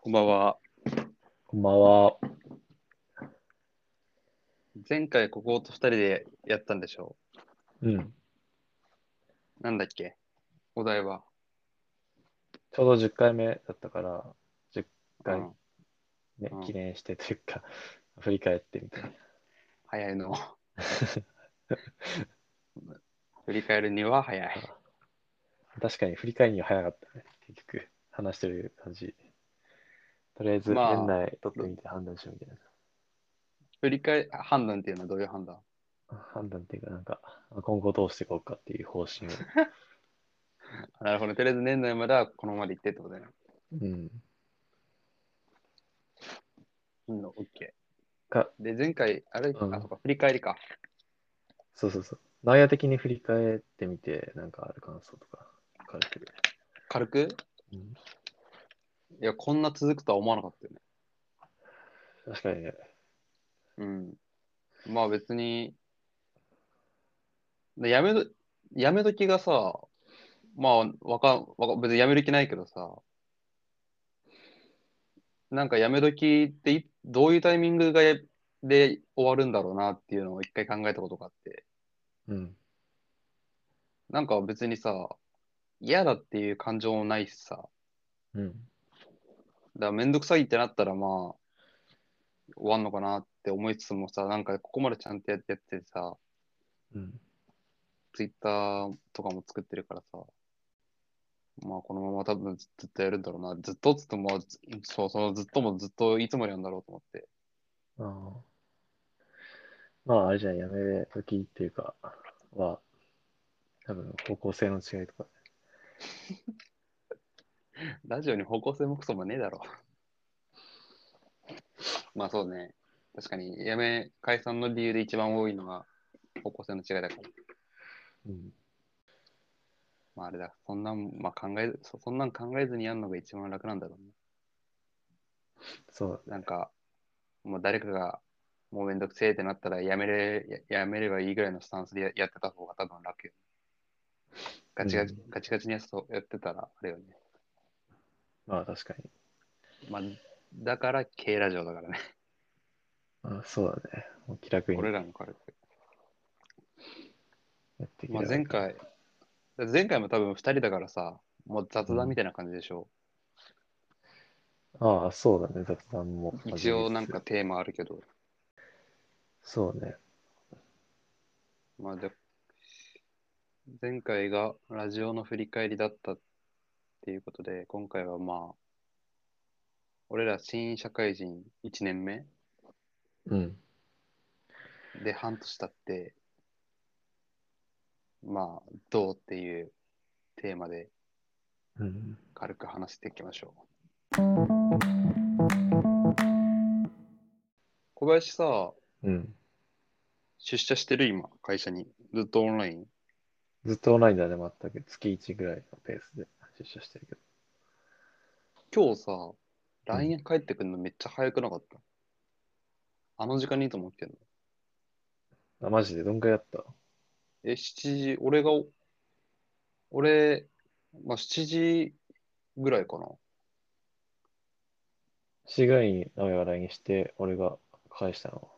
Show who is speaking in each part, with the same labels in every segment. Speaker 1: こんばんは。
Speaker 2: こんばんは。
Speaker 1: 前回ここと二人でやったんでしょ
Speaker 2: うん。
Speaker 1: うなんだっけお題は。
Speaker 2: ちょうど10回目だったから、10回
Speaker 1: うん
Speaker 2: ね
Speaker 1: うん、
Speaker 2: 記念してというか、 振り返ってみたいな。
Speaker 1: 早い の。振り返るには早い。
Speaker 2: 確かに振り返りには早かったね。結局、話してる感じ。とりあえず、
Speaker 1: まあ
Speaker 2: 年内取ってみて判断しようみたい
Speaker 1: 振り返判断っていうのはどういう判断
Speaker 2: な。判断っていうか、なんか、今後どうしていこうかっていう方 針を。
Speaker 1: あなるほど。とりあえず年内まではこのままでいってってことだよ。
Speaker 2: うん。
Speaker 1: うん、オッケー。
Speaker 2: か
Speaker 1: で、前回、あれ、
Speaker 2: うん
Speaker 1: あ、そうか、振り返りか。
Speaker 2: そうそうそう。内野的に振り返ってみて、なんかある感想とか、軽く。
Speaker 1: 軽く
Speaker 2: うん、
Speaker 1: いや、こんな続くとは思わなかったよね。
Speaker 2: 確かにね。
Speaker 1: うん。まあ別に、でやめど、やめ時がさ、まあわかん、わか別にやめる気ないけどさ、なんかやめ時っていどういうタイミングがやで終わるんだろうなっていうのを一回考えたことがあって、
Speaker 2: うん。
Speaker 1: なんか別にさ、嫌だっていう感情もないしさ、だか
Speaker 2: うん。
Speaker 1: らめんどくさいってなったらまあ、終わんのかなって思いつつもさ、なんかここまでちゃんとやってやってさ、
Speaker 2: うん。
Speaker 1: ツイッターとかも作ってるからさ、まあこのまま多分ずずっとやるんだろうな、ずっとっつってもまあ、ずそうそう、ずっともずっといつまでやるんだろうと思って。
Speaker 2: ああ。まあ、あれじゃん、やめ時っていうか、は、多分方向性の違いとか。
Speaker 1: ラジオに方向性もクソもねえだろ。 まあそうね、確かにやめ解散の理由で一番多いのが方向性の違いだから。
Speaker 2: うん。
Speaker 1: まああれだ、そんなん、まあ考え、そそんなん考えずにやるのが一番楽なんだろうね。
Speaker 2: そう。
Speaker 1: なんか、もう誰かが、もうめんどくせえってなったらやめれ、ややめればいいぐらいのスタンスでややってた方が多分楽よ。ガチガチ、
Speaker 2: う
Speaker 1: ガチガチにやつとやってたら、あれよね。
Speaker 2: まあ、確かに。
Speaker 1: まあ、だから、軽ラジオだからね。
Speaker 2: あそうだね。もう気楽に
Speaker 1: 俺らも軽く。
Speaker 2: やっていけ
Speaker 1: まあ、
Speaker 2: れば
Speaker 1: 前。回、前回も多分2人だからさ、もう雑談みたいな感じでしょ。
Speaker 2: ああ、そうだね。雑談も交えつつ。
Speaker 1: 一応なんかテーマあるけど。
Speaker 2: そうね。
Speaker 1: まあ、で、前回がラジオの振り返りだったっていうことで、今回はまあ、俺ら新社会人1年目
Speaker 2: うん。
Speaker 1: で半年経って、まあ、どうっていうテーマで
Speaker 2: うん。
Speaker 1: 軽く話していきましょう。小林さ、
Speaker 2: うん。
Speaker 1: 出社してる今、会社に。ずっとオンライン
Speaker 2: ずっとオンラインだね、全く。月1ぐらいのペースで出社してるけど。
Speaker 1: 今日さ、LINE 帰ってくるのめっちゃ早くなかった。あの時間にいいと思ってんの。
Speaker 2: あ、マジでどんくらいやった
Speaker 1: え、7時、俺が、俺、まあ、7時ぐらいかな。
Speaker 2: ?4 ぐらいに直哉が LINE して、俺が返したの。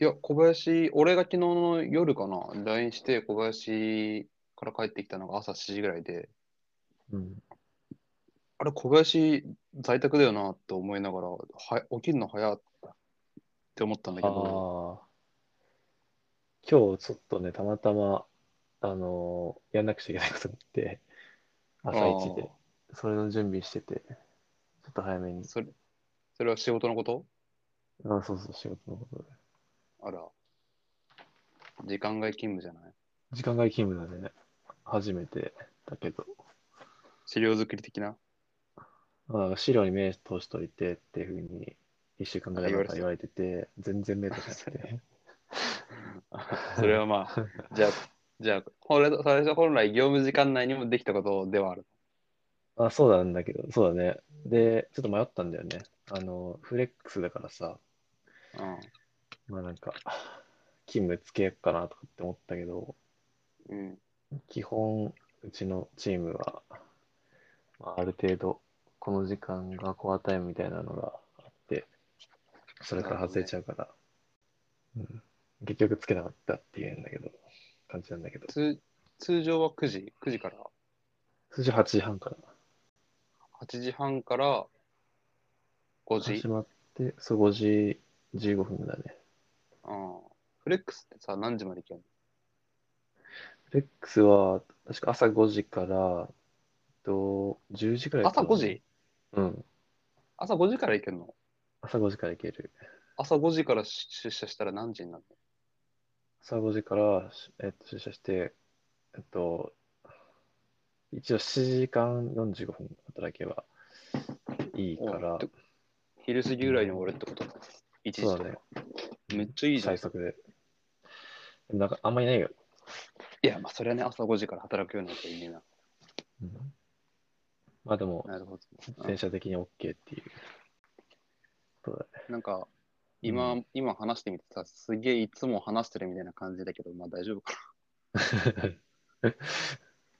Speaker 1: いや、小林、俺が昨日の夜かな、LINE して小林から帰ってきたのが朝7時ぐらいで、
Speaker 2: うん。
Speaker 1: あれ、小林在宅だよなって思いながら、は起きるの早って思ったんだけど、
Speaker 2: ああ。今日ちょっとね、たまたま、あのーやんなくちゃいけないことがあって、朝一で、それの準備してて、ちょっと早めに。
Speaker 1: それ、それは仕事のこと
Speaker 2: あ、そうそう、仕事のことで。
Speaker 1: あら、時間外勤務じゃない
Speaker 2: 時間外勤務だね。初めてだけど、
Speaker 1: 資料作り的な
Speaker 2: まあ、資料に目通しといてっていうふうに、一週間ぐらい前から言われてて、全然目通しなく て。
Speaker 1: それはま あ、じゃあ、じゃあ、これ、それじゃ本来業務時間内にもできたことではある。
Speaker 2: あ、そうなんだけど、そうだね。で、ちょっと迷ったんだよね。あの、フレックスだからさ、まあなんか、勤務つけようかなとかって思ったけど、
Speaker 1: うん。うん。
Speaker 2: 基本、うちのチームは、まあ、ある程度、この時間がコアタイムみたいなのがあって、それから外れちゃうから、うん、結局つけなかったっていうんだけど、感じなんだけど、
Speaker 1: 通通常は9時、9時から
Speaker 2: 通常8時半から
Speaker 1: 8時半から5時
Speaker 2: 始。まって、そう5時15分だね。
Speaker 1: うん。フレックスってさ、何時まで行ける
Speaker 2: レックスは、確か朝5時から、えっと、10時くらい
Speaker 1: の
Speaker 2: かな
Speaker 1: 朝5時
Speaker 2: うん。
Speaker 1: 朝5時から行けるの
Speaker 2: 朝5時から行ける。
Speaker 1: 朝5時からし出社したら何時になる
Speaker 2: 朝5時から、しえっと、出社して、えっと、一応7時間45分働けばいいか
Speaker 1: のお
Speaker 2: ら
Speaker 1: っ、て昼過ぎぐらいに終わるってこと ?1 時
Speaker 2: そ
Speaker 1: と
Speaker 2: う
Speaker 1: か、
Speaker 2: だね、
Speaker 1: めっちゃいいじゃん。
Speaker 2: 最
Speaker 1: い
Speaker 2: 速で。でもなんかあんまりいないよ。
Speaker 1: や、まあそれはね、朝5時から働くようになったらいいな。
Speaker 2: うんまあ でも、
Speaker 1: なるほど。
Speaker 2: 全社的に OK っていうことだね。
Speaker 1: なんか、今、
Speaker 2: う
Speaker 1: 今話してみてさ、すげえいつも話してるみたいな感じだけど、まあ大丈夫かな。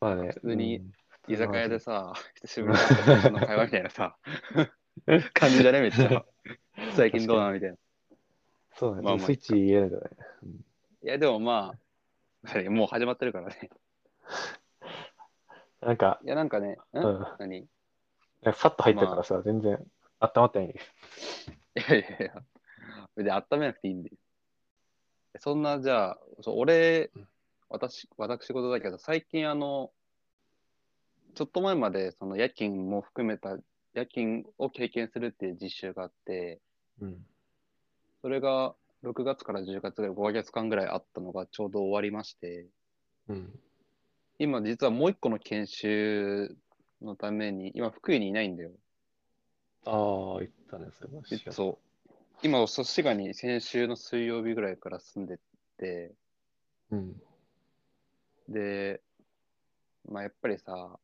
Speaker 2: まあね、
Speaker 1: 普通に
Speaker 2: うん
Speaker 1: 居酒屋でさ、久しぶりに会った人の会話みたいなさ、 感じだね、めっちゃ。最近どうなのみたいな。い
Speaker 2: そうだね、
Speaker 1: まあまあ
Speaker 2: スイッチ入れないとね。
Speaker 1: や、でもまあ、あれもう始まってるからね。
Speaker 2: なんか、
Speaker 1: いや、なんかね、ん、
Speaker 2: うん、なん
Speaker 1: 何い
Speaker 2: かさっと入ったからさ、全然温まってないんだけ
Speaker 1: やいやいや、で、温めなくていいんで。そんな、じゃあ、そう俺
Speaker 2: うん、
Speaker 1: 私、私事だけど、最近、あの、ちょっと前まで、その夜勤も含めた、夜勤を経験するっていう実習があって、
Speaker 2: ど。うん。
Speaker 1: それが6月から10月ぐらい、5ヶ月間ぐらいあったのがちょうど終わりまして、
Speaker 2: うん。
Speaker 1: 今実はもう一個の研修のために、今福井にいないんだよ。
Speaker 2: ああ、言ったね、それは。
Speaker 1: そう。今、そ滋賀に先週の水曜日ぐらいから住んでて、
Speaker 2: う。うん。
Speaker 1: で、まあやっぱりさ、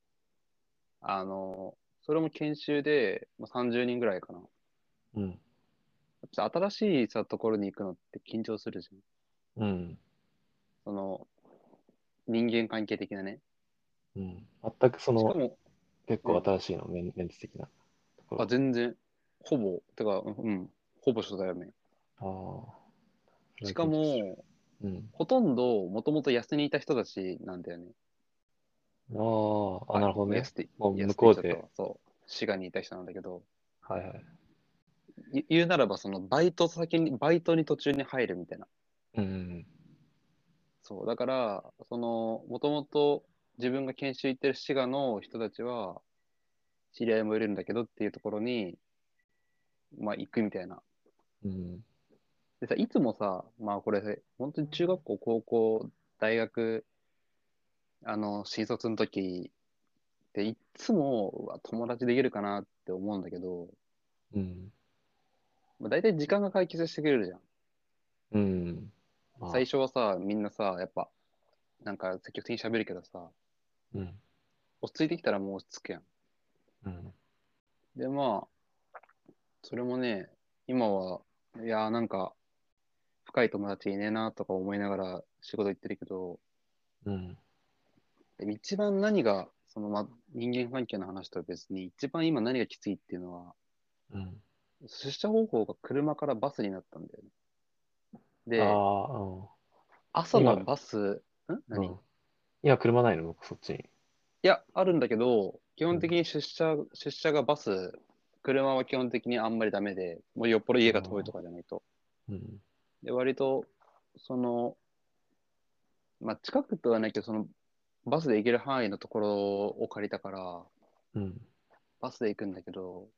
Speaker 1: あの、それも研修で、まあ、30人ぐらいかな。やっ
Speaker 2: うん。
Speaker 1: ぱさ新しいさ、ところに行くのって緊張するじゃん。
Speaker 2: うん。
Speaker 1: その、人間関係的なね。
Speaker 2: うん。全くそ
Speaker 1: しか
Speaker 2: の、
Speaker 1: も、
Speaker 2: 結構新しいの、メンメンツ的なところ。
Speaker 1: あ、全然、ほぼ、てか、うんうん、ほぼ初対面。
Speaker 2: あー
Speaker 1: しか、も、
Speaker 2: うん。
Speaker 1: ほとんど、もともと安にいた人たちなんだよね。
Speaker 2: ああ、あ、なるほどね
Speaker 1: 安。て
Speaker 2: もう向こうで。
Speaker 1: そう、滋賀にいた人なんだけど、
Speaker 2: はいはい。
Speaker 1: い言うならば、その、バイト先に、バイトに途中に入るみたいな。
Speaker 2: うん。
Speaker 1: そう、だから、その、もともと自分が研修行ってる滋賀の人たちは、知り合いもいるんだけどっていうところに、まあ、行くみたいな。
Speaker 2: うん。
Speaker 1: でさ、いつもさ、まあこれ、本当に中学校、高校、大学、あの、新卒の時って、いつも、うわ友達できるかなって思うんだけど、
Speaker 2: うん。
Speaker 1: まあ、大体時間が解決してくれるじゃん。
Speaker 2: うん。まあ
Speaker 1: 最初はさ、みんなさ、やっぱ、なんか積極的に喋るけどさ、
Speaker 2: うん。
Speaker 1: 落ち着いてきたらもう落ち着くやん。
Speaker 2: うん。
Speaker 1: で、まあ、それもね、今は、いやーなんか、深い友達いねえなとか思いながら仕事行ってるけど、
Speaker 2: うん。
Speaker 1: で一番何が、そのまあ、人間関係の話とは別に、一番今何がきついっていうのは、
Speaker 2: うん。
Speaker 1: 出社方法が車からバスになったんだよね。
Speaker 2: あ
Speaker 1: で、
Speaker 2: あ、うん。
Speaker 1: 朝のバス、ん
Speaker 2: うん
Speaker 1: 何、い
Speaker 2: いや、車ないの僕、そっちに。
Speaker 1: や、あるんだけど、基本的に出社、出社がバス、車は基本的にあんまりダメで、もうよっぽど家が遠いとかじゃないと。
Speaker 2: うん。
Speaker 1: で、割と、その、まあ、近くとはないけど、その、バスで行ける範囲のところを借りたから、
Speaker 2: うん。
Speaker 1: バスで行くんだけど、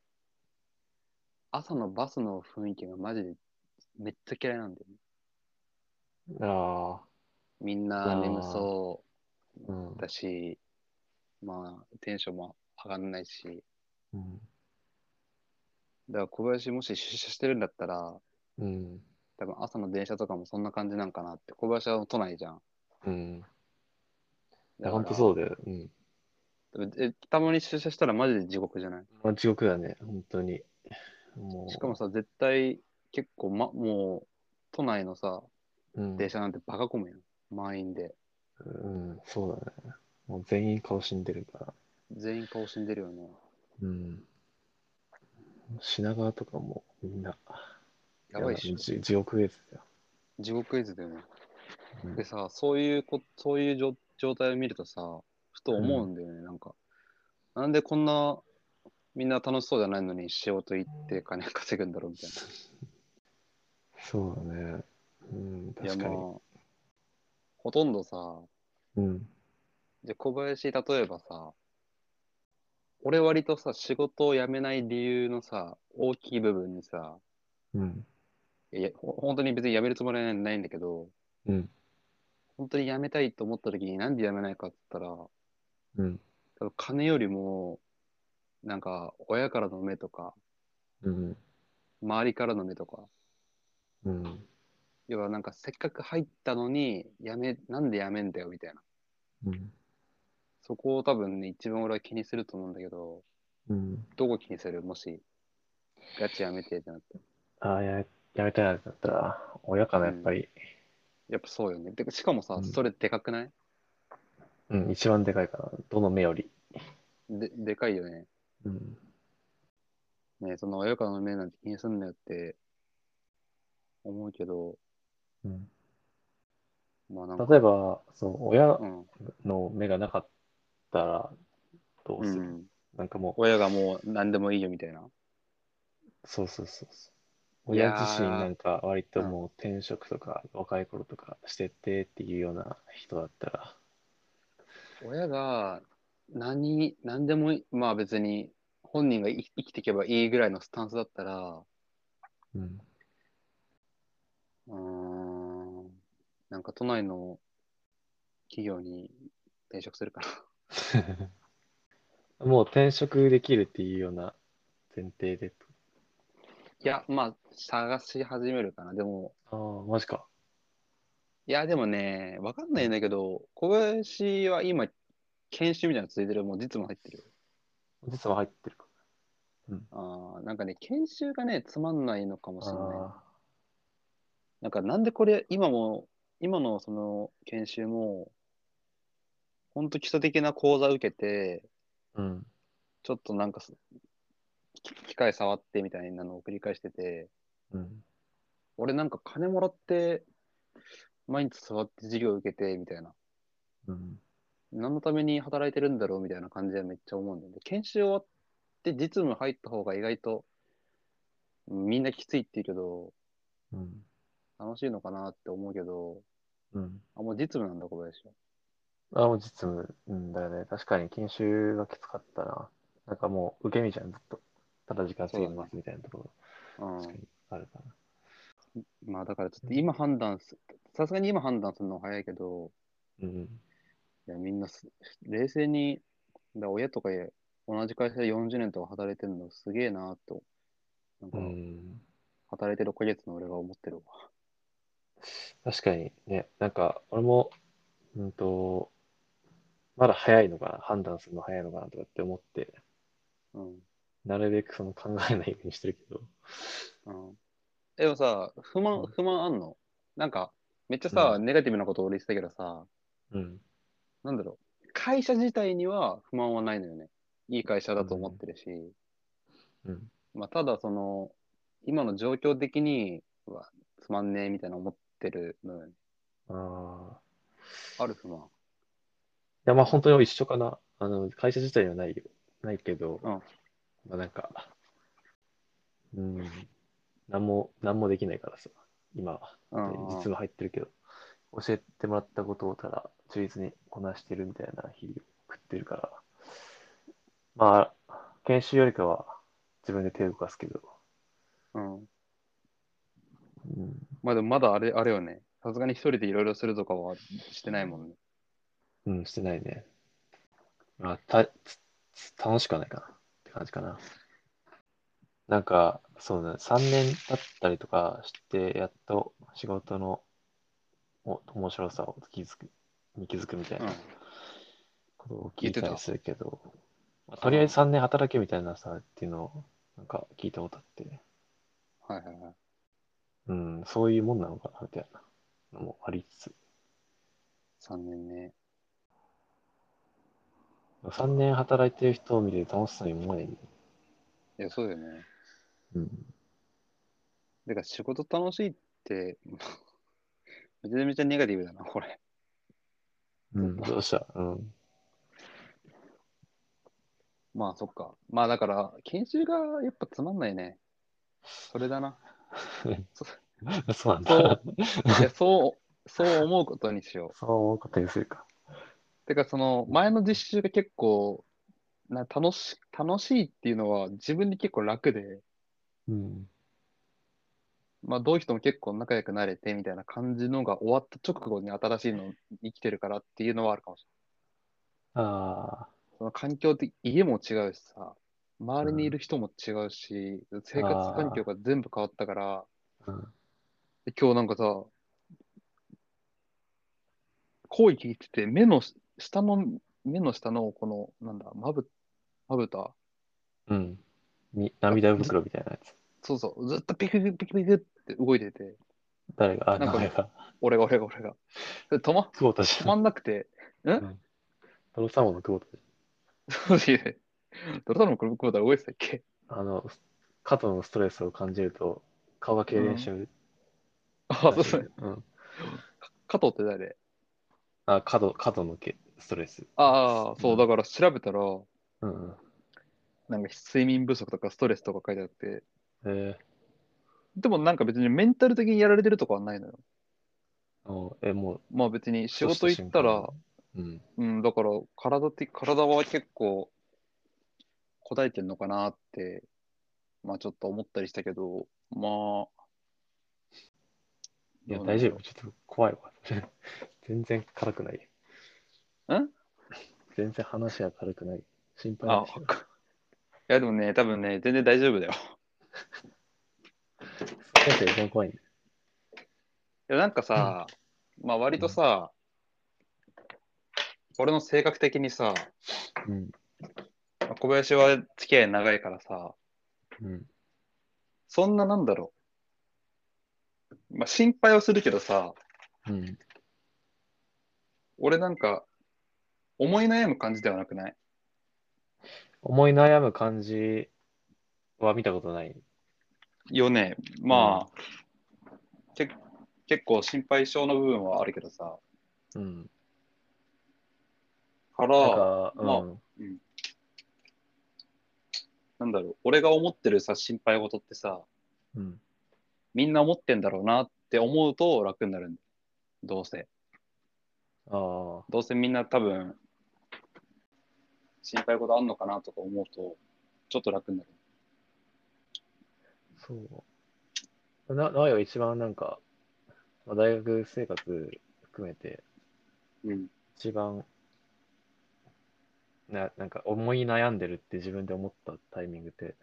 Speaker 1: 朝のバスの雰囲気がマジでめっちゃ嫌いなんだよね。
Speaker 2: あ
Speaker 1: みんな眠そ
Speaker 2: あ、うん
Speaker 1: う。だし、まあ、テンションも上がんないし。
Speaker 2: うん。
Speaker 1: だから小林もし出社してるんだったら、
Speaker 2: うん。
Speaker 1: 多分朝の電車とかもそんな感じなんかなって。小林は都内じゃん。
Speaker 2: うん。い
Speaker 1: だか
Speaker 2: や、ほ
Speaker 1: ら
Speaker 2: んとそうだよ。うん。
Speaker 1: えたまに出社したらマジで地獄じゃない
Speaker 2: まあ、地獄だね、本当に。もう。
Speaker 1: しかも、さ、絶対結構、ま、もう、都内のさ、
Speaker 2: うん。
Speaker 1: 電車なんてバカ混むやん。満員で。
Speaker 2: うん、そうだね。もう全員顔死んでるから。
Speaker 1: 全員顔死んでるよね。
Speaker 2: うん。品川とかもみんな、
Speaker 1: やばいっし
Speaker 2: な地地獄絵図だよ。
Speaker 1: ょ。地獄絵図だよね。
Speaker 2: うん
Speaker 1: でさ、そういうこ、そういう状状態を見るとさ、ふと思うんだよね、なんか。なんでこんな、みんな楽しそうじゃないのに仕事行って金稼ぐんだろうみたい
Speaker 2: そうだね。うん、
Speaker 1: な。
Speaker 2: 確か
Speaker 1: いや、
Speaker 2: に。
Speaker 1: まあ、ほとんどさ、
Speaker 2: うん。
Speaker 1: で、小林、例えばさ、俺割とさ、仕事を辞めない理由のさ、大きい部分にさ、
Speaker 2: うん。
Speaker 1: いや、ほ本当に別に辞めるつもりはないんだけど、
Speaker 2: うん。
Speaker 1: 本当に辞めたいと思った時になんで辞めないかって言ったら、
Speaker 2: うん。
Speaker 1: 多分金よりも、なんか、親からの目とか、
Speaker 2: うん。
Speaker 1: 周りからの目とか、
Speaker 2: うん。
Speaker 1: 要はなんか、せっかく入ったのに、辞め、なんで辞めんだよ、みたいな。
Speaker 2: うん。
Speaker 1: そこを多分ね、一番俺は気にすると思うんだけど、
Speaker 2: うん。
Speaker 1: どこ気にするもし、ガチ辞めてってなって。
Speaker 2: ああ、や、やめたいなってなったら、親かな、やっぱり。
Speaker 1: やっぱそうよね。てかしかもさ、
Speaker 2: うん
Speaker 1: それでかくない
Speaker 2: うん、一番でかいかな。どの目より。
Speaker 1: で、でかいよね。
Speaker 2: うん。
Speaker 1: ねその親からの目なんて気にすんなよって思うけど、
Speaker 2: うん、
Speaker 1: まあなんか、
Speaker 2: 例えば、そう、親
Speaker 1: うん、
Speaker 2: の目がなかったら、どう
Speaker 1: う
Speaker 2: する、
Speaker 1: ん。
Speaker 2: なんかもう、
Speaker 1: 親がもう何でもいいよみたいな。
Speaker 2: そうそうそうそう。
Speaker 1: いや
Speaker 2: 親
Speaker 1: ー
Speaker 2: 自身なんか割ともう転職とか若い頃とかしててっていうような人だったら、
Speaker 1: 親が何、何でもいい、まあ別に本人が生き生きていけばいいぐらいのスタンスだったら、
Speaker 2: うん、
Speaker 1: うーん、なんか都内の企業に転職するかな。
Speaker 2: もう転職できるっていうような前提でと。
Speaker 1: いや、まあ探し始めるかな。でも、
Speaker 2: ああ、マジか。
Speaker 1: いや、でもね、わかんないんだけど、小林は今、研修みたいなのついてる、もう実務入ってるよ。
Speaker 2: 実は入ってるか。
Speaker 1: あーなんかね、研修がね、つまんないのかもしれない。
Speaker 2: あ
Speaker 1: なんか、なんでこれ、今も、今のその研修も、ほんと基礎的な講座受けて、
Speaker 2: あ、うん、
Speaker 1: ちょっとなんかす、き機械触ってみたいなのを繰り返してて、
Speaker 2: うん、
Speaker 1: 俺なんか金もらって、毎日座って授業受けて、みたいな。
Speaker 2: うん、
Speaker 1: 何のために働いてるんだろうみたいな感じはめっちゃ思うんだよね。研修終わって実務入った方が意外とみんなきついって言うけど、
Speaker 2: うん、
Speaker 1: 楽しいのかなって思うけど、
Speaker 2: うん。
Speaker 1: あ、もう実務なんだ、小林は。
Speaker 2: ああ、もう実務うんだよね。確かに研修がきつかったな。なんかもう受け身じゃん、ずっと。ただ時間過ぎますみたいなところ、確かにあるかな。
Speaker 1: うん。まあだからちょっと今判断す、さすがに今判断するのは早いけど、
Speaker 2: うん、
Speaker 1: いやみんなす冷静に、だ親とか同じ会社で40年とか働いてるのすげえなと、なんか
Speaker 2: うん。
Speaker 1: 働いてるヶ月の俺が思ってるわ。
Speaker 2: 確かにね、なんか、俺も、うんと、まだ早いのかな、判断するの早いのかなとかって思って、
Speaker 1: うん。
Speaker 2: なるべくその考えないようにしてるけど、
Speaker 1: うんでもさ、不満
Speaker 2: う、ん
Speaker 1: 不満あんのなんか、めっちゃさ、
Speaker 2: う
Speaker 1: ネガティブなことを俺言ってたけどさ、
Speaker 2: うん、
Speaker 1: なんだろう、会社自体には不満はないのよね。いい会社だと思ってるし、
Speaker 2: うん、
Speaker 1: まあ、ただその、今の状況的にはつまんねえみたいな思ってるのよね。
Speaker 2: ああ。
Speaker 1: ある不満。
Speaker 2: いや、まあ本当に一緒かな。あの、会社自体はないよ、ないけど、
Speaker 1: うん
Speaker 2: まあなんか、うん、なんも、なんもできないからさ、今は。
Speaker 1: うん
Speaker 2: 実務入ってるけど、教えてもらったことをただ忠実にこなしてるみたいな日々を送ってるから、まあ、研修よりかは自分で手を動かすけど、
Speaker 1: うん。
Speaker 2: うん、
Speaker 1: まあでもまだあれ、あれよね。さすがに一人でいろいろするとかはしてないもんね。
Speaker 2: うん、してないね。まあ、た、つつ楽しくはないかなって感じかな。なんか、そうね、3年経ったりとかして、やっと仕事のお面白さを気づく、に気づくみたいな。
Speaker 1: うん。
Speaker 2: ことを聞
Speaker 1: 言
Speaker 2: い
Speaker 1: って
Speaker 2: た
Speaker 1: た
Speaker 2: りするけど、まあとりあえず3年働けみたいなさ、っていうのを、なんか聞いたことあって、
Speaker 1: はいはいはい。
Speaker 2: うん、そういうもんなのかな、みたいなのもありつつ。
Speaker 1: 3年ね。
Speaker 2: 3年働いてる人を見て楽しそうに思えない。
Speaker 1: いや、そうだよね。
Speaker 2: うん。
Speaker 1: だから仕事楽しいって、 めちゃめちゃネガティブだな、これ。
Speaker 2: うん、どうしたうん。
Speaker 1: まあ、そっか。まあ、だから、研修がやっぱつまんないね。それだな。
Speaker 2: そうなん
Speaker 1: そ
Speaker 2: だ
Speaker 1: う。、いや、そう、そう思うことにしよう。
Speaker 2: そう思うことにするか。
Speaker 1: てか、その、前の実習が結構、な楽し、楽しいっていうのは自分で結構楽で、
Speaker 2: うん。
Speaker 1: まあ、どういう人も結構仲良くなれてみたいな感じのが終わった直後に新しいの生きてるからっていうのはあるかもしれない。
Speaker 2: あ
Speaker 1: その環境的、家も違うしさ、周りにいる人も違うし、生活環境が全部変わったから、
Speaker 2: あ。うん。
Speaker 1: で今日なんかさ、講義聞いてて、目の下の、目の下のこの、なんだ、まぶ、まぶた、
Speaker 2: うん。み涙袋みたいなやつ。
Speaker 1: そうそう、ずっとピクピクピクピクって動いてて、
Speaker 2: 誰が、あ、
Speaker 1: なん
Speaker 2: 名
Speaker 1: か
Speaker 2: 前が。
Speaker 1: 俺が俺が俺が。で止ま、
Speaker 2: 久保田じ
Speaker 1: 止
Speaker 2: ゃん。
Speaker 1: まんなくて、
Speaker 2: トロサーモンの久保田じ
Speaker 1: どうしよう。ドラタの黒子だ、動いてたっけ
Speaker 2: ゃん。あの、過度のストレスを感じると、顔が痙攣しちゃう。
Speaker 1: あ、そうそう。
Speaker 2: うん。
Speaker 1: 加藤って誰
Speaker 2: あ、過度、過度のけストレス。
Speaker 1: ああ、そう、だから調べたら、
Speaker 2: うんうん。
Speaker 1: なんか睡眠不足とかストレスとか書いてあって、
Speaker 2: え
Speaker 1: でもなんか別にメンタル的にやられてるとかはないのよ。
Speaker 2: ー、おえ、もう、
Speaker 1: まあ別に仕事行ったら、、
Speaker 2: うん。
Speaker 1: うん、だから体的、体は結構、答えてんのかなって、まあちょっと思ったりしたけど、まあ、
Speaker 2: いや、
Speaker 1: どうなん
Speaker 2: 大
Speaker 1: だ
Speaker 2: 丈
Speaker 1: ろう
Speaker 2: 夫。ちょっと怖いわ。 全然辛くないよ。
Speaker 1: ん
Speaker 2: 全然話が軽くない。心配
Speaker 1: あ、
Speaker 2: な
Speaker 1: わ
Speaker 2: いし
Speaker 1: かいや、でもね、多分ね、全然大丈夫だよ。
Speaker 2: 先生、一番怖いんで。
Speaker 1: いや、なんかさ、まあ、割とさ、俺の性格的にさ、
Speaker 2: うん。
Speaker 1: まあ小林は付き合い長いからさ、
Speaker 2: うん。
Speaker 1: そんななんだろう。まあ、心配はするけどさ、
Speaker 2: うん。
Speaker 1: 俺なんか、思い悩む感じではなくない
Speaker 2: 思い悩む感じは見たことない。
Speaker 1: よね。まあ、け結構心配性の部分はあるけどさ、
Speaker 2: うん。
Speaker 1: か
Speaker 2: なん
Speaker 1: ら、
Speaker 2: か、
Speaker 1: まあ
Speaker 2: うん。
Speaker 1: なんだろう、俺が思ってるさ、心配事ってさ、
Speaker 2: うん。
Speaker 1: みんな思ってんだろうなって思うと楽になるんだよどうせ。
Speaker 2: あ
Speaker 1: どうせみんな多分、心配事あんのかなとか思うと、ちょっと楽になる。
Speaker 2: あ、そう。な、なおよ一番なんか、まあ、大学生活含めて、
Speaker 1: うん。
Speaker 2: 一番、な、なんか思い悩んでるって自分で思ったタイミングって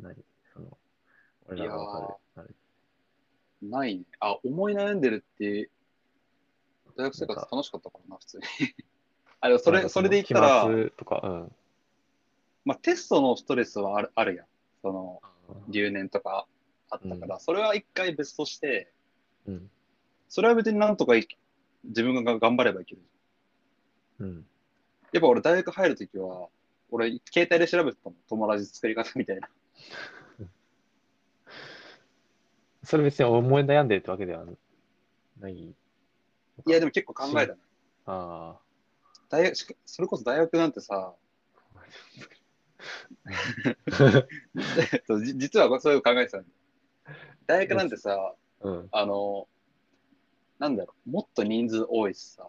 Speaker 2: 何、その、俺らがわかる。
Speaker 1: ないね。あ、思い悩んでるって、大学生活楽しかったからな、普通に。 あ、でもそれ、それで言った
Speaker 2: 期
Speaker 1: ら、
Speaker 2: 末とか、うん。
Speaker 1: まあ、テストのストレスはあるあるやん。その、留年とかあったから、それは一回別として、
Speaker 2: うん。
Speaker 1: それは別になんとかい自分が頑張ればいける。
Speaker 2: うん。
Speaker 1: やっぱ俺大学入るときは、俺携帯で調べてたの。友達作り方みた いな。
Speaker 2: それ別に思い悩んでるってわけではない。
Speaker 1: いや、でも結構考えたの。
Speaker 2: あ
Speaker 1: 大学しかそれこそ大学なんてさ、
Speaker 2: あ。
Speaker 1: えっとじ実はそういうの考えてたんだよ大学なんてさ、
Speaker 2: うん。
Speaker 1: あの、なんだろう、もっと人数多いしさ、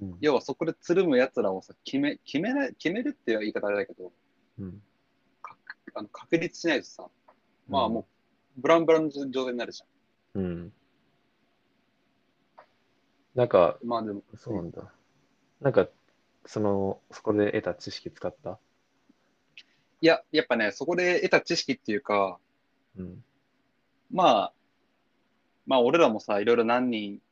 Speaker 2: うん。
Speaker 1: 要はそこでつるむやつらをさ、決め、決めない、決めるっていう言い方あれだけど、
Speaker 2: うん。
Speaker 1: あの確立しないとさ、まあもう、ブランブランの状状態になるじ
Speaker 2: うん。うん。なんか、
Speaker 1: ゃん。まあでも、
Speaker 2: そうなんだ。なんか、その、そこで得た知識使った
Speaker 1: いや、やっぱね、そこで得た知識っていうか、
Speaker 2: うん。
Speaker 1: まあ、まあ俺らもさ、いろいろ何人、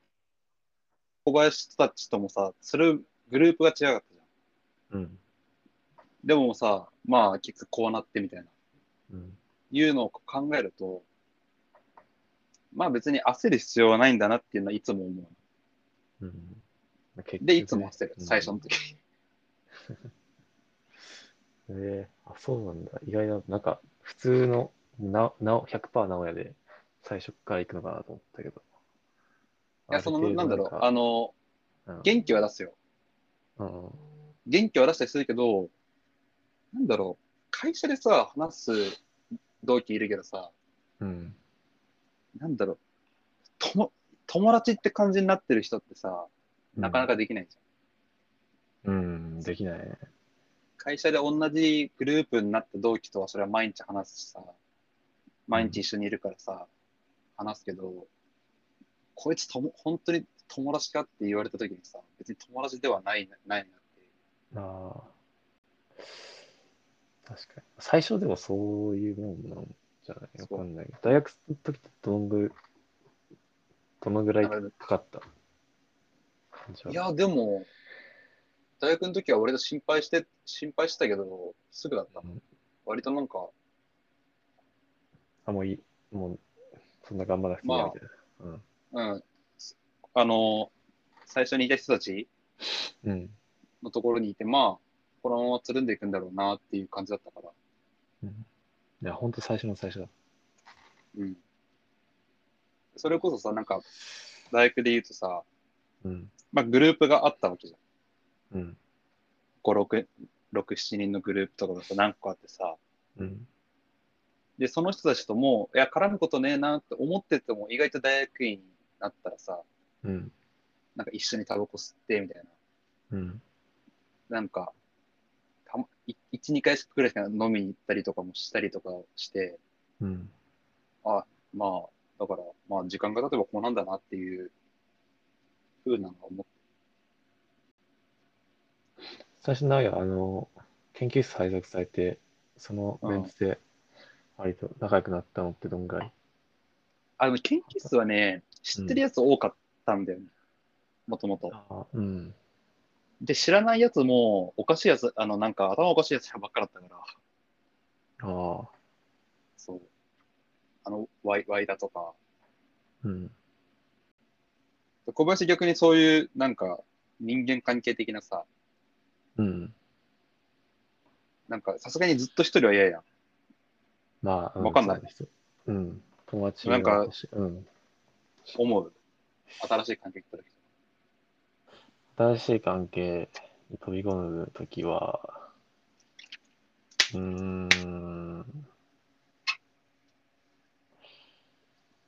Speaker 1: 小林たちともさ、するグループが違かったじゃん。
Speaker 2: うん。
Speaker 1: でもさ、まあ結局こうなってみたいな、
Speaker 2: うん。
Speaker 1: いうのを考えると、まあ別に焦る必要はないんだなっていうのはいつも思う。
Speaker 2: うん。
Speaker 1: で、いつも焦る、
Speaker 2: うん
Speaker 1: 最初の時。
Speaker 2: ええあ、そうなんだ。意外だ。なんか、普通の、な、なお、100%直屋で、最初っから行くのかなと思ったけど。
Speaker 1: いや、その、なんだろう、あ
Speaker 2: の、
Speaker 1: の、
Speaker 2: うん
Speaker 1: 元気は出すよ。
Speaker 2: うんうん
Speaker 1: 元気は出したりするけど、なんだろう、会社でさ、話す同期いるけどさ、
Speaker 2: うん。
Speaker 1: なんだろう、とも友達って感じになってる人ってさ、なかなかできないじゃん。
Speaker 2: うん、できないね。
Speaker 1: 会社で同じグループになった同期とはそれは毎日話すしさ、毎日一緒にいるからさ、話すけど、こいつとも、本当に友達かって言われた時にさ、別に友達ではないな、ないなっていう。
Speaker 2: ああ。確かに。最初でもそういうもんなんじゃない
Speaker 1: そ
Speaker 2: わ
Speaker 1: う
Speaker 2: かんないけど。大学の時ってどんぐ、どのぐらいかかった感じはい
Speaker 1: や、でも、大学の時は割と心配して、心配してたけど、すぐだった。
Speaker 2: うん
Speaker 1: 割となんか、
Speaker 2: あ、もういい。もう、そんな頑張らなくていいやみたいな。
Speaker 1: うん、すあの、最初にいた人たち
Speaker 2: うん。うん。
Speaker 1: のところにいて、まあ、このままつるんでいくんだろうなっていう感じだったから。
Speaker 2: うんいや、ほんと最初の最初だ。
Speaker 1: うん。それこそさ、なんか、大学で言うとさ、
Speaker 2: うん。
Speaker 1: まあ、グループがあったわけじゃん。
Speaker 2: うん。
Speaker 1: 5、6、6、7人のグループとかがさ、何個あってさ、
Speaker 2: うん。
Speaker 1: で、その人たちともう、いや、絡むことねえなって思ってても、意外と大学院になったらさ、
Speaker 2: うん。
Speaker 1: なんか一緒にタバコ吸ってみたい
Speaker 2: うん。
Speaker 1: な、なんか、たま、い1、2回くらいしか飲みに行ったりとかもしたりとかして、
Speaker 2: うん。
Speaker 1: あ、まあ、だから、まあ、時間が経てばこうなんだなっていう、ふうなのが思っ
Speaker 2: 最初のあの、研究室配属されて、そのメンツで、割と仲良くなったのってどんぐらい
Speaker 1: あ、でも研究室はね、知ってるやつ多かったんだよね。もともと。
Speaker 2: あうん。
Speaker 1: で、知らないやつも、おかしいやつ、あの、なんか頭おかしいやつばっかだったから、
Speaker 2: ああ。
Speaker 1: そう。あの、ワイワイだとか。
Speaker 2: うん。
Speaker 1: で小林逆にそういう、なんか、人間関係的なさ、
Speaker 2: うん。
Speaker 1: なんか、さすがにずっと一人は嫌やん。
Speaker 2: まあ、う
Speaker 1: わかんない
Speaker 2: そうですうん。友達
Speaker 1: なんか
Speaker 2: だしうん。
Speaker 1: 思う。新しい関係来た時。
Speaker 2: 新しい関係に飛び込むときは、うーん。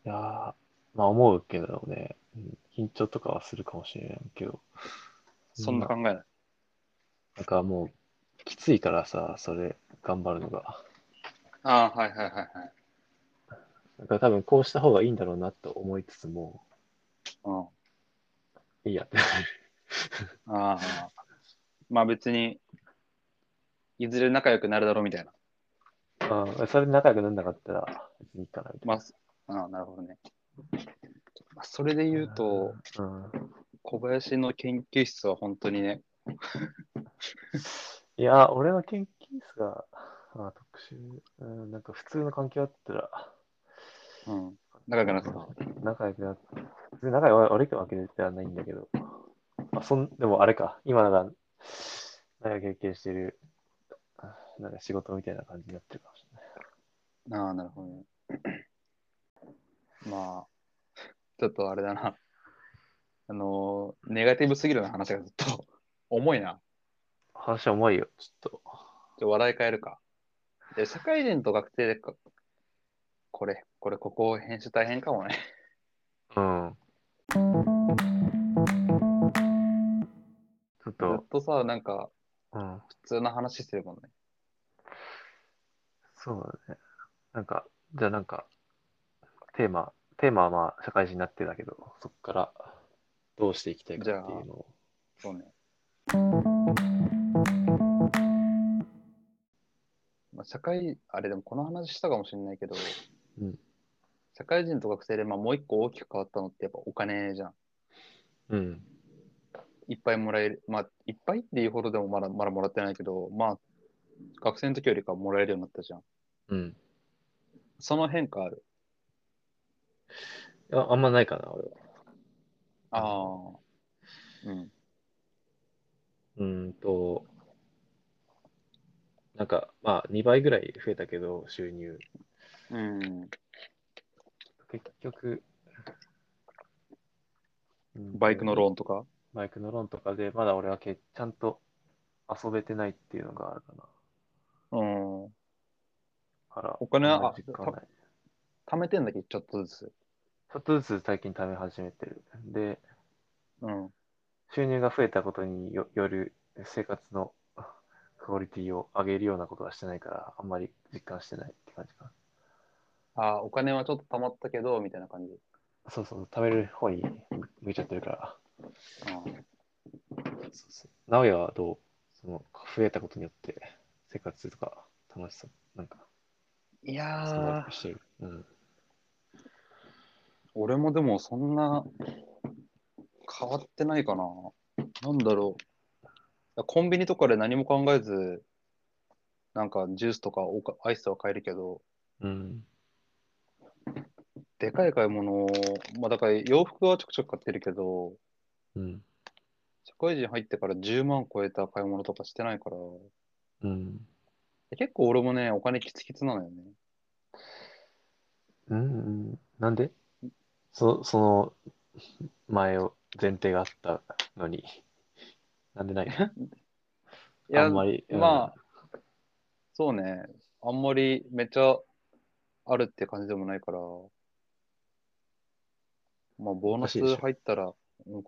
Speaker 2: いやーまあ思うけどね、うん緊張とかはするかもしれないけど、
Speaker 1: そんな考えない。
Speaker 2: なんかもう、きついからさ、それ、頑張るのが。
Speaker 1: ああ、はいはいはいはい。
Speaker 2: なんか多分こうした方がいいんだろうなと思いつつも、
Speaker 1: うん。
Speaker 2: いいやって。
Speaker 1: ああ。まあ別に、いずれ仲良くなるだろうみたいな。
Speaker 2: あーそれで仲良くなんなかったら、別にいいかな、みたいな。
Speaker 1: まあす、ああなるほどね。まあ、それで言うと、
Speaker 2: うん、
Speaker 1: 小林の研究室は本当にね、
Speaker 2: いや、俺の研究室が、まあ、特殊、うん、なんか普通の関係あったら、
Speaker 1: うん、仲良くなってた。
Speaker 2: 仲良くなっ別に仲良く悪いわけではないんだけど、まあ、そんでもあれか、今が、長く経験してる、なんか仕事みたいな感じになってるかもしれない。
Speaker 1: ああ、なるほどね。まあ、ちょっとあれだな。あのーネガティブすぎるような話がずっと重いな。
Speaker 2: 話重いよ、ちょっ
Speaker 1: ちょ笑い変えるか。で、社会人と学生でか、これ、これ、ここ編集大変かもね。
Speaker 2: と。うん。ちょ
Speaker 1: ず
Speaker 2: っと
Speaker 1: っ、とさ、なんか、
Speaker 2: うん。
Speaker 1: 普通の話してるもんね。
Speaker 2: そうだね。なんか、じゃあなんか、テーマ、テーマはまあ、社会人になってだけど、そこからどうしていきたいかっていうのを。
Speaker 1: そうね。まあ、社会、あれでもこの話したかもしれないけど、
Speaker 2: うん
Speaker 1: 社会人と学生でまあもう一個大きく変わったのってやっぱお金じゃん。
Speaker 2: うん。
Speaker 1: いっぱいもらえる。まあ、いっぱいっていうほどでもまだまだもらってないけど、まあ、学生の時よりかはもらえるようになったじゃん。
Speaker 2: うん。
Speaker 1: その変化ある。
Speaker 2: ああんまないかな、俺は。
Speaker 1: ああ。うん。
Speaker 2: うーんと、なんか、まあ、2倍ぐらい増えたけど、収入。
Speaker 1: うん。
Speaker 2: 結局、うん
Speaker 1: バイクのローンとか
Speaker 2: バイクのローンとかで、まだ俺はけちゃんと遊べてないっていうのがあるかな。
Speaker 1: うん。
Speaker 2: から
Speaker 1: お金は
Speaker 2: あんまり実感ない
Speaker 1: 貯めてんだけど、ちょっとずつ。
Speaker 2: ちょっとずつ最近貯め始めてる。で、
Speaker 1: うん。
Speaker 2: 収入が増えたことによよる生活のクオリティを上げるようなことはしてないから、あんまり実感してないって感じか
Speaker 1: ああ、お金はちょっと貯まったけど、みたいな感じ。
Speaker 2: な。そうそう、貯める方に向いちゃってるから。
Speaker 1: うん
Speaker 2: そうそう。直哉はどうその増えたことによって生活とか楽しさ、なんか、
Speaker 1: い
Speaker 2: そんな
Speaker 1: やー、
Speaker 2: してる。うん。
Speaker 1: 俺もでもそんな変わってないかな。なんだろう。いやコンビニとかで何も考えず、なんかジュースとかおかアイスは買えるけど、
Speaker 2: うん。
Speaker 1: でかい買い物を、まあだから洋服はちょくちょく買ってるけど、
Speaker 2: うん。
Speaker 1: 社会人入ってから10万超えた買い物とかしてないから、
Speaker 2: うん。
Speaker 1: 結構俺もね、お金キツキツなのよね。
Speaker 2: うんうん、なんでそその前を前提があったのになんでないの
Speaker 1: いや
Speaker 2: あんまり、
Speaker 1: まあ、そうね。あんまりめっちゃあるって感じでもないから、まあ、ボーナス
Speaker 2: おかしいでしょ
Speaker 1: 入ったらおか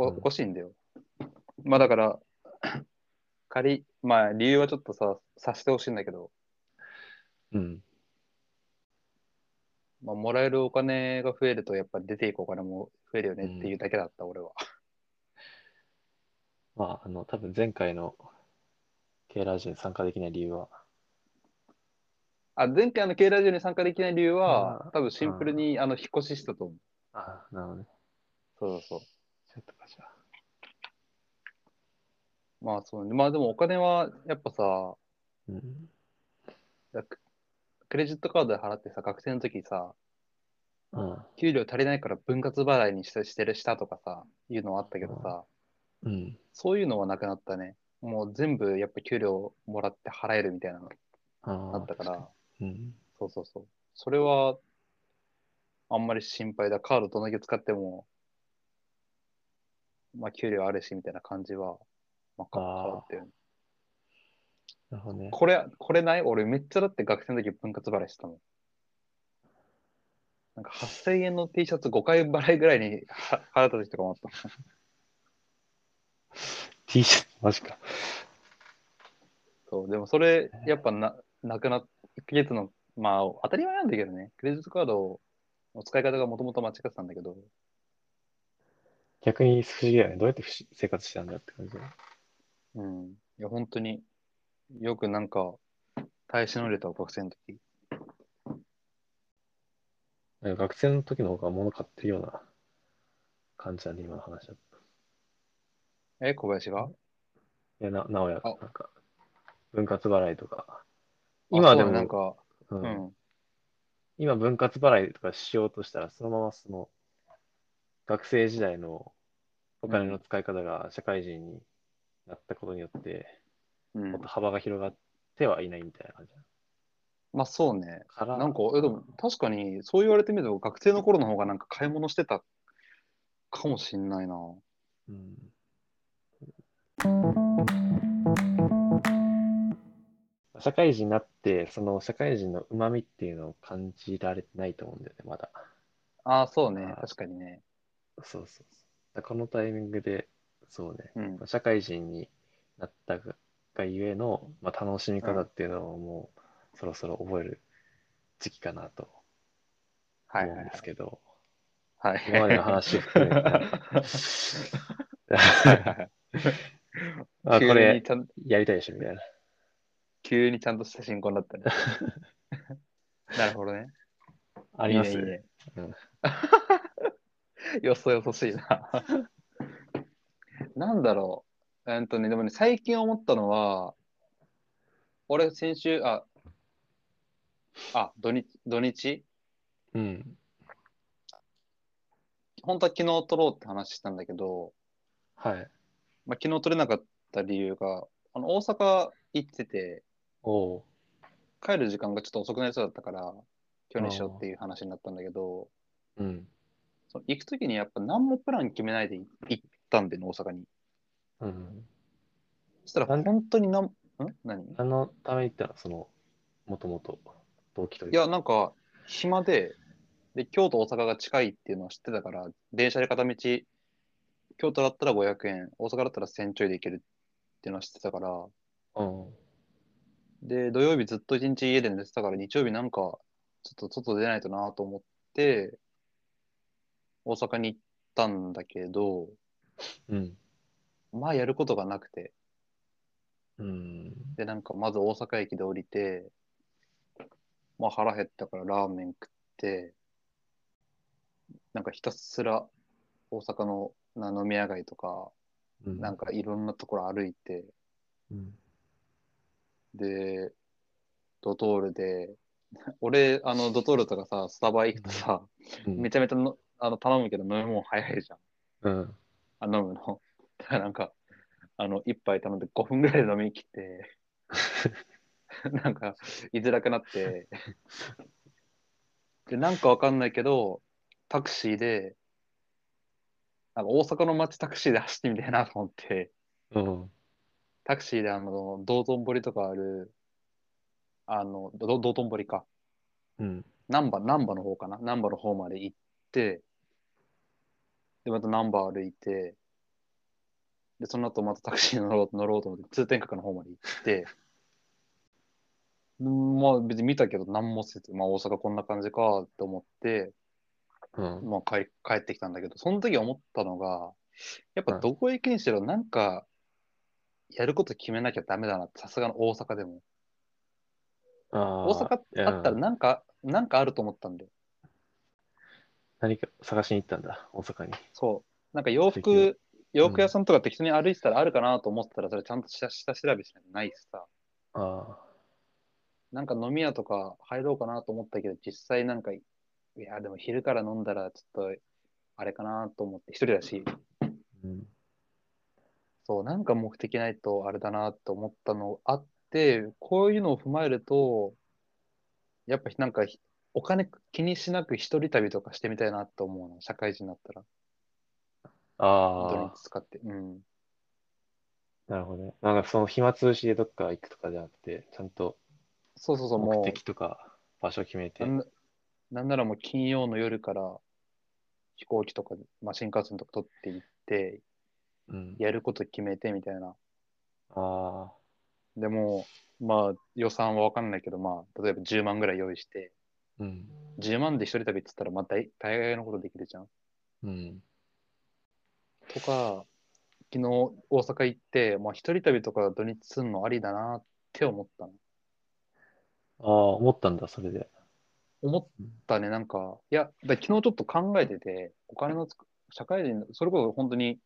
Speaker 2: うん
Speaker 1: おかしいんだよ。まあ、だから、 仮、まあ、理由はちょっとさ、さしてほしいんだけど、
Speaker 2: うん、
Speaker 1: まあ、もらえるお金が増えると、やっぱ出ていくお金も増えるよねっていうだけだった、俺は。
Speaker 2: まああの多分前回のケーラージに参加できない理由は
Speaker 1: あ、前回あの K ラジオに参加できない理由
Speaker 2: あ
Speaker 1: は
Speaker 2: ー、
Speaker 1: 多分シンプルにあの引っ越ししたと思う。
Speaker 2: あなるほどね
Speaker 1: そうそうそう。
Speaker 2: ちょっとかじゃあ
Speaker 1: まあそうね。まあでもお金はやっぱさ、
Speaker 2: うん
Speaker 1: だククレジットカードで払ってさ、学生の時さ、
Speaker 2: うん
Speaker 1: 給料足りないから分割払いにしてしてるしたとかさ、いうのはあったけどさ、
Speaker 2: うん
Speaker 1: そういうのはなくなったね。もう全部やっぱ給料もらって払えるみたいなのあ
Speaker 2: あ
Speaker 1: ったから、
Speaker 2: ーうん
Speaker 1: そうそうそう。それは、あんまり心配だ。カードどんだけ使っても、まあ給料あるしみたいな感じは、まあ、か変
Speaker 2: あー
Speaker 1: わったよね。
Speaker 2: なるほどね
Speaker 1: これ、これない俺めっちゃだって学生の時分割払いしてたもん。なんか8000円の T シャツ5回払いぐらいには払った時とかもあった。
Speaker 2: T シャツマジか
Speaker 1: そう、でもそれ、やっぱな、なくなっ、1ヶ月の、まあ当たり前なんだけどね、クレジットカードの使い方がもともと間違ってたんだけど、
Speaker 2: 逆に不思議だよねどうやって不思生活してたんだって感じだよね
Speaker 1: うん。いや、本当によくなんか耐え忍んでた学生の時。
Speaker 2: なんか学生の時の方が物買ってるような感じだね今の話だと
Speaker 1: え、小林が
Speaker 2: いや、な、直哉
Speaker 1: あ
Speaker 2: なんか、分割払いとか。
Speaker 1: あ
Speaker 2: 今
Speaker 1: そう
Speaker 2: で
Speaker 1: ね
Speaker 2: も、
Speaker 1: なんか、
Speaker 2: うん
Speaker 1: うん。
Speaker 2: 今分割払いとかしようとしたら、そのままその、学生時代のお金の使い方が社会人になったことによって、
Speaker 1: うん
Speaker 2: もっと幅が広がってはいないみたいな感じだ
Speaker 1: まあそうね。
Speaker 2: から、
Speaker 1: なんか、え、でも確かに、そう言われてみると、学生の頃の方がなんか買い物してたかもしんないな。
Speaker 2: うん、社会人になって、その社会人の旨味っていうのを感じられてないと思うんだよね、まだ。
Speaker 1: ああ、そうね
Speaker 2: あ。ー
Speaker 1: 確かにね。
Speaker 2: そうそうそう。だからこのタイミングで、そうね、
Speaker 1: うん。
Speaker 2: 社会人になったがゆえの、まあ、楽しみ方っていうのをもうそろそろ覚える時期かなと
Speaker 1: はい
Speaker 2: 思
Speaker 1: は
Speaker 2: うん
Speaker 1: い
Speaker 2: ですけど、
Speaker 1: はい。
Speaker 2: 今まで の話を含めて、
Speaker 1: はいはいはい
Speaker 2: あこ
Speaker 1: 急に
Speaker 2: れ
Speaker 1: ちゃん、
Speaker 2: やりたいでしょみたいな。
Speaker 1: 急にちゃんとした進行になったね。なるほどね。
Speaker 2: あります
Speaker 1: いいねいいね
Speaker 2: うん
Speaker 1: よそよそしいな。 なんだろう。えーっとね、でもね、最近思ったのは、俺、先週、あ、あ、土日、土日
Speaker 2: うん。
Speaker 1: 本当は昨日撮ろうって話したんだけど、
Speaker 2: はい。
Speaker 1: まあ、昨日撮れなかった理由が、あの大阪行ってて、
Speaker 2: おう。
Speaker 1: 帰る時間がちょっと遅くなりそうだったから、今日にしようっていう話になったんだけど、
Speaker 2: うん。
Speaker 1: その行くときにやっぱ何もプラン決めないで行ったんでね、大阪に。
Speaker 2: うん。
Speaker 1: そしたら
Speaker 2: なん
Speaker 1: 本当になん、ん何
Speaker 2: 何のために行ったのその、もともと、同期という
Speaker 1: いや、なんか、暇で、で、京都、大阪が近いっていうのは知ってたから、電車で片道、京都だったら500円、大阪だったら1000ちょいで行けるっていうのは知ってたから、
Speaker 2: うん。
Speaker 1: で、土曜日ずっと一日家で寝てたから、日曜日なんか、ちょっと外出ないとなと思って、大阪に行ったんだけど、
Speaker 2: うん。
Speaker 1: まあやることがなくて、
Speaker 2: うん。
Speaker 1: で、なんかまず大阪駅で降りて、まあ腹減ったからラーメン食って、なんかひたすら大阪のな飲み屋街とか、
Speaker 2: うん。
Speaker 1: なんかいろんなところ歩いて、
Speaker 2: うん。
Speaker 1: で、ドトールで、俺、あの、ドトールとかさ、スタバ行くとさ、
Speaker 2: うん。
Speaker 1: めちゃめちゃのあの頼むけど飲み物早いじゃん。
Speaker 2: うん。
Speaker 1: あ飲むの。 だからなんか、あの、一杯頼んで5分ぐらいで飲み切って、なんか、居づらくなって、で、なんかわかんないけど、タクシーで、なんか大阪の街タクシーで走ってみたいなと思って、
Speaker 2: うん。
Speaker 1: タクシーであの、道頓堀とかある、あの、ど道頓堀か。
Speaker 2: うん。
Speaker 1: 難波、難波の方かな難波の方まで行って、で、また難波歩いて、で、その後またタクシーに乗ろう乗ろうと思って、通天閣の方まで行って、うんまあ別に見たけど何もせず、まあ大阪こんな感じかと思って、
Speaker 2: うん。
Speaker 1: まあ帰帰ってきたんだけど、その時思ったのが、やっぱどこ行きにしろなんか、やること決めなきゃダメだなって、さすがの大阪でも。
Speaker 2: 大
Speaker 1: 大阪あったらなんか、なんかあると思ったんで。
Speaker 2: 何か探しに行ったんだ、大阪に。
Speaker 1: そう。なんか洋
Speaker 2: 素
Speaker 1: 服、洋服屋さんとか適当に歩いてたらあるかなと思ってたら、それちゃんと下下調べしないとないしさ。
Speaker 2: あ
Speaker 1: なんか飲み屋とか入ろうかなと思ったけど、実際なんか、いや、でも昼から飲んだらちょっと、あれかなと思って、一人だし、
Speaker 2: あ。うん。
Speaker 1: そう、なんか目的ないとあれだなと思ったのあって、こういうのを踏まえると、やっぱなんかひ、お金気にしなく一人旅とかしてみたいなと思うの、社会人になったら。
Speaker 2: あ
Speaker 1: 土
Speaker 2: あ。
Speaker 1: 日使って。うん。
Speaker 2: なるほどね。なんかその暇つぶしでどっか行くとかじゃなくて、ちゃんと
Speaker 1: そうそうそう、も
Speaker 2: 目
Speaker 1: う。
Speaker 2: 的とか場所決めて。
Speaker 1: なんななんならもう金曜の夜から飛行機とか、まあ、新幹線とか取っていって、
Speaker 2: うん。
Speaker 1: やること決めてみたいな。
Speaker 2: ああ。
Speaker 1: でも、まあ予算はわかんないけど、まあ例えば10万ぐらい用意して、
Speaker 2: うん。
Speaker 1: 10万で一人旅っつったら、まあ大大概のことできるじゃん。
Speaker 2: うん。
Speaker 1: とか、昨日大阪行って、まあ一人旅とか土日すんのありだなって思ったの。
Speaker 2: ああ、思ったんだ、それで。
Speaker 1: 思ったね、なんか、いや、だ昨日ちょっと考えてて、お金のつく、社会人、それこそ本当に、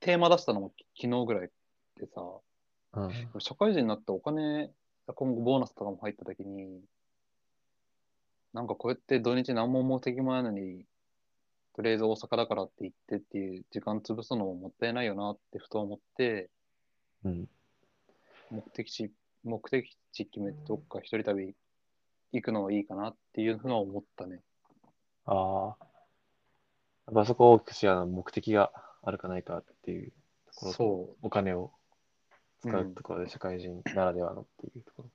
Speaker 1: テーマ出したのも昨日ぐらいでさ、
Speaker 2: うん。
Speaker 1: 社会人になってお金、今後ボーナスとかも入った時に、なんかこうやって土日何も目的もないのに、とりあえず大阪だからって言ってっていう時間潰すのももったいないよなってふと思って、
Speaker 2: うん。
Speaker 1: 目的地、目的地決めてどっか一人旅行くのはいいかなっていうのは思ったね。
Speaker 2: ああ。やっぱそこを大きくしやの目的があるかないかっていうところと、
Speaker 1: そう。
Speaker 2: お金を使
Speaker 1: う
Speaker 2: うんところで社会人ならではのっていうところ。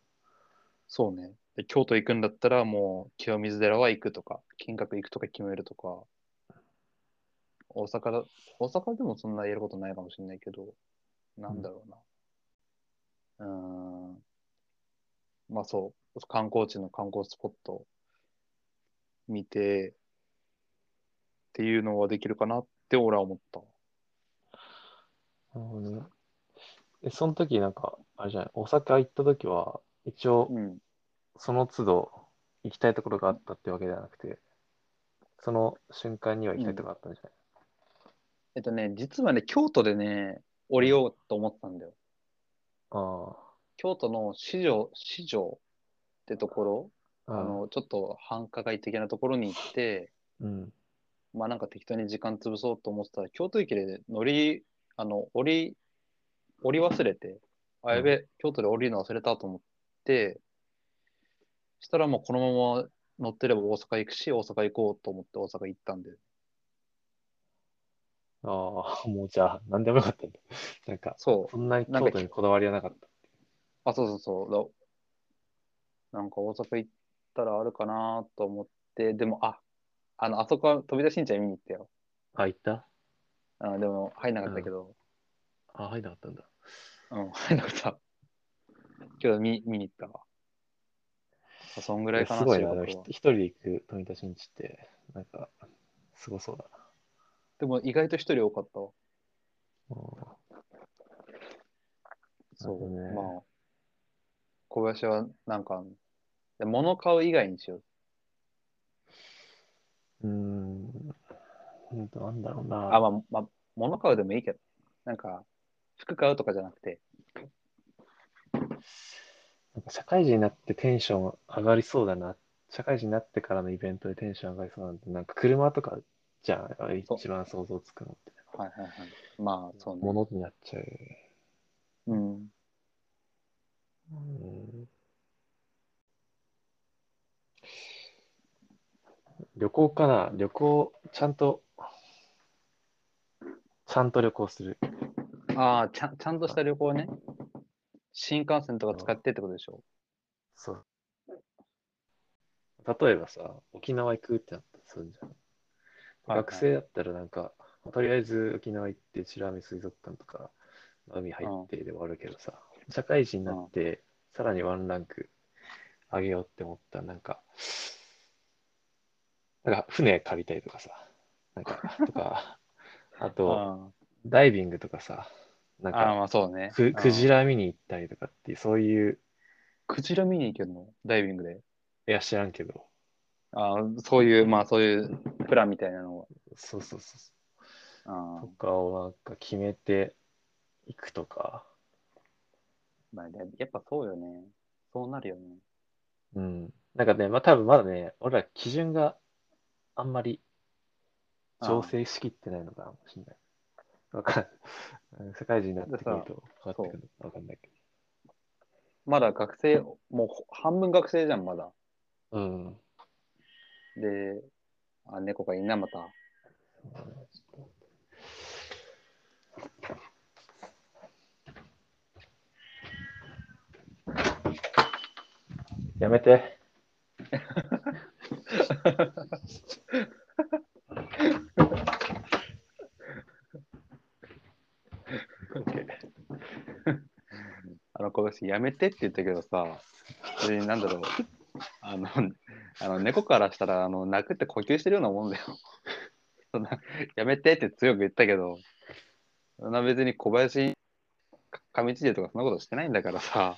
Speaker 1: そうね。で、京都行くんだったら、もう清水寺は行くとか、金閣行くとか決めるとか、大阪だ、大阪でもそんなやることないかもしれないけど、なんだろうな。うーん。まあそう、観光地の観光スポット見て、っていうのはできるかなって俺は思った。
Speaker 2: なるほどね。え、その時なんか、あれじゃない、大阪行った時は、一応、
Speaker 1: うん。
Speaker 2: その都度行きたいところがあったってわけではなくて、その瞬間には行きたいところがあったんじゃない
Speaker 1: えっとね、実はね、京都でね、降りようと思ってたんだよ。京都の四条、四条ってところ、
Speaker 2: あ
Speaker 1: あ
Speaker 2: あ、
Speaker 1: の、ちょっと繁華街的なところに行って、
Speaker 2: うん、
Speaker 1: まあなんか適当に時間潰そうと思ってたら、京都駅で乗り、あの、降り、降り忘れて、あ、やべえ、京都で降りるの忘れたと思って、したらもうこのまま乗ってれば大阪行くし、大阪行こうと思って大阪行ったんで。
Speaker 2: ああ、もうじゃあ、なんでもよかったんだ。なんか、
Speaker 1: そ
Speaker 2: そんなに
Speaker 1: なんか
Speaker 2: 京都にこだわりはなかった。
Speaker 1: う。あ、そうそうそう。だなんか大阪行ったらあるかなと思って、でも、あ、あの、あそこは飛び出しんちゃん見に行ったよ。
Speaker 2: あ、行った
Speaker 1: あでも入んなかったけど、
Speaker 2: あ、入んなかったんだ。
Speaker 1: うん、入んなかった。けど見見に行ったわ。そんぐらいかな、
Speaker 2: すごい
Speaker 1: 仕
Speaker 2: な、あ
Speaker 1: 事
Speaker 2: の
Speaker 1: は
Speaker 2: ひ一人で行く富田新地って、なんか、すごそうだな。
Speaker 1: でも意外と一人多かったわ。
Speaker 2: うん
Speaker 1: そ
Speaker 2: な
Speaker 1: う、
Speaker 2: るほどね
Speaker 1: まあ、小林はなんか、で物買う以外にしよう。
Speaker 2: うーん、うんとなんだろうな。
Speaker 1: あ、まあ、まあ、物買うでもいいけど、なんか、服買うとかじゃなくて、
Speaker 2: なんか社会人になってテンション上がりそうだな。社会人になってからのイベントでテンション上がりそうなんて、なんか車とかじゃん、あれ
Speaker 1: そう
Speaker 2: 一番想像つくのって。
Speaker 1: はいはいはい。まあ、そうね。
Speaker 2: ものになっちゃう。
Speaker 1: うん。
Speaker 2: うん旅行かな旅行、ちゃんと、ちゃんと旅行する。
Speaker 1: ああ、ちゃん、ちゃんとした旅行ね。新幹線とか使ってってことでしょ。
Speaker 2: そう。例えばさ、沖縄行くってなったらするじゃ
Speaker 1: はいは
Speaker 2: ん。
Speaker 1: い
Speaker 2: 学生だったらなんか、とりあえず沖縄行って、白浪水族館とか、海入ってで終わるけどさ、社会人になって、さらにワンランク上げようって思ったら、なんか、なんか船借りたりとかさ、なんか、と か、あと、
Speaker 1: あ
Speaker 2: ダイビングとかさ、な
Speaker 1: あ
Speaker 2: ん
Speaker 1: ああ、
Speaker 2: か、
Speaker 1: まあそうね。
Speaker 2: くクジ
Speaker 1: ラ。
Speaker 2: ラ見に行ったりとかっていう、そういう、
Speaker 1: クジラ見に行けるのダイビングで。
Speaker 2: いや、知らんけど、
Speaker 1: ああ、そういう、まあそういうプランみたいなのは。
Speaker 2: そうそうそうそう。
Speaker 1: ああ
Speaker 2: とかをなんか決めていくとか、
Speaker 1: まあ、ややっぱそうよね。そうなるよね。
Speaker 2: うん。なんかね、まあ多分まだね、俺ら基準があんまり調整しきってないのかもしれない。わかんない。うん社会人になってくると変わってくるのかわかんないけ
Speaker 1: まだ学生、もうほ半分学生じゃん、まだ。
Speaker 2: ど。うん。
Speaker 1: で、あ、猫がいいな、また。
Speaker 2: やめて。
Speaker 1: あの子がやめてって言ったけどさ、それになんだろう。あの、あの猫からしたら、あの、泣くって呼吸してるようなもんだよ。 そんなやめてって強く言ったけど、そんな別に小林か噛みついてとかそんなことしてないんだからさ。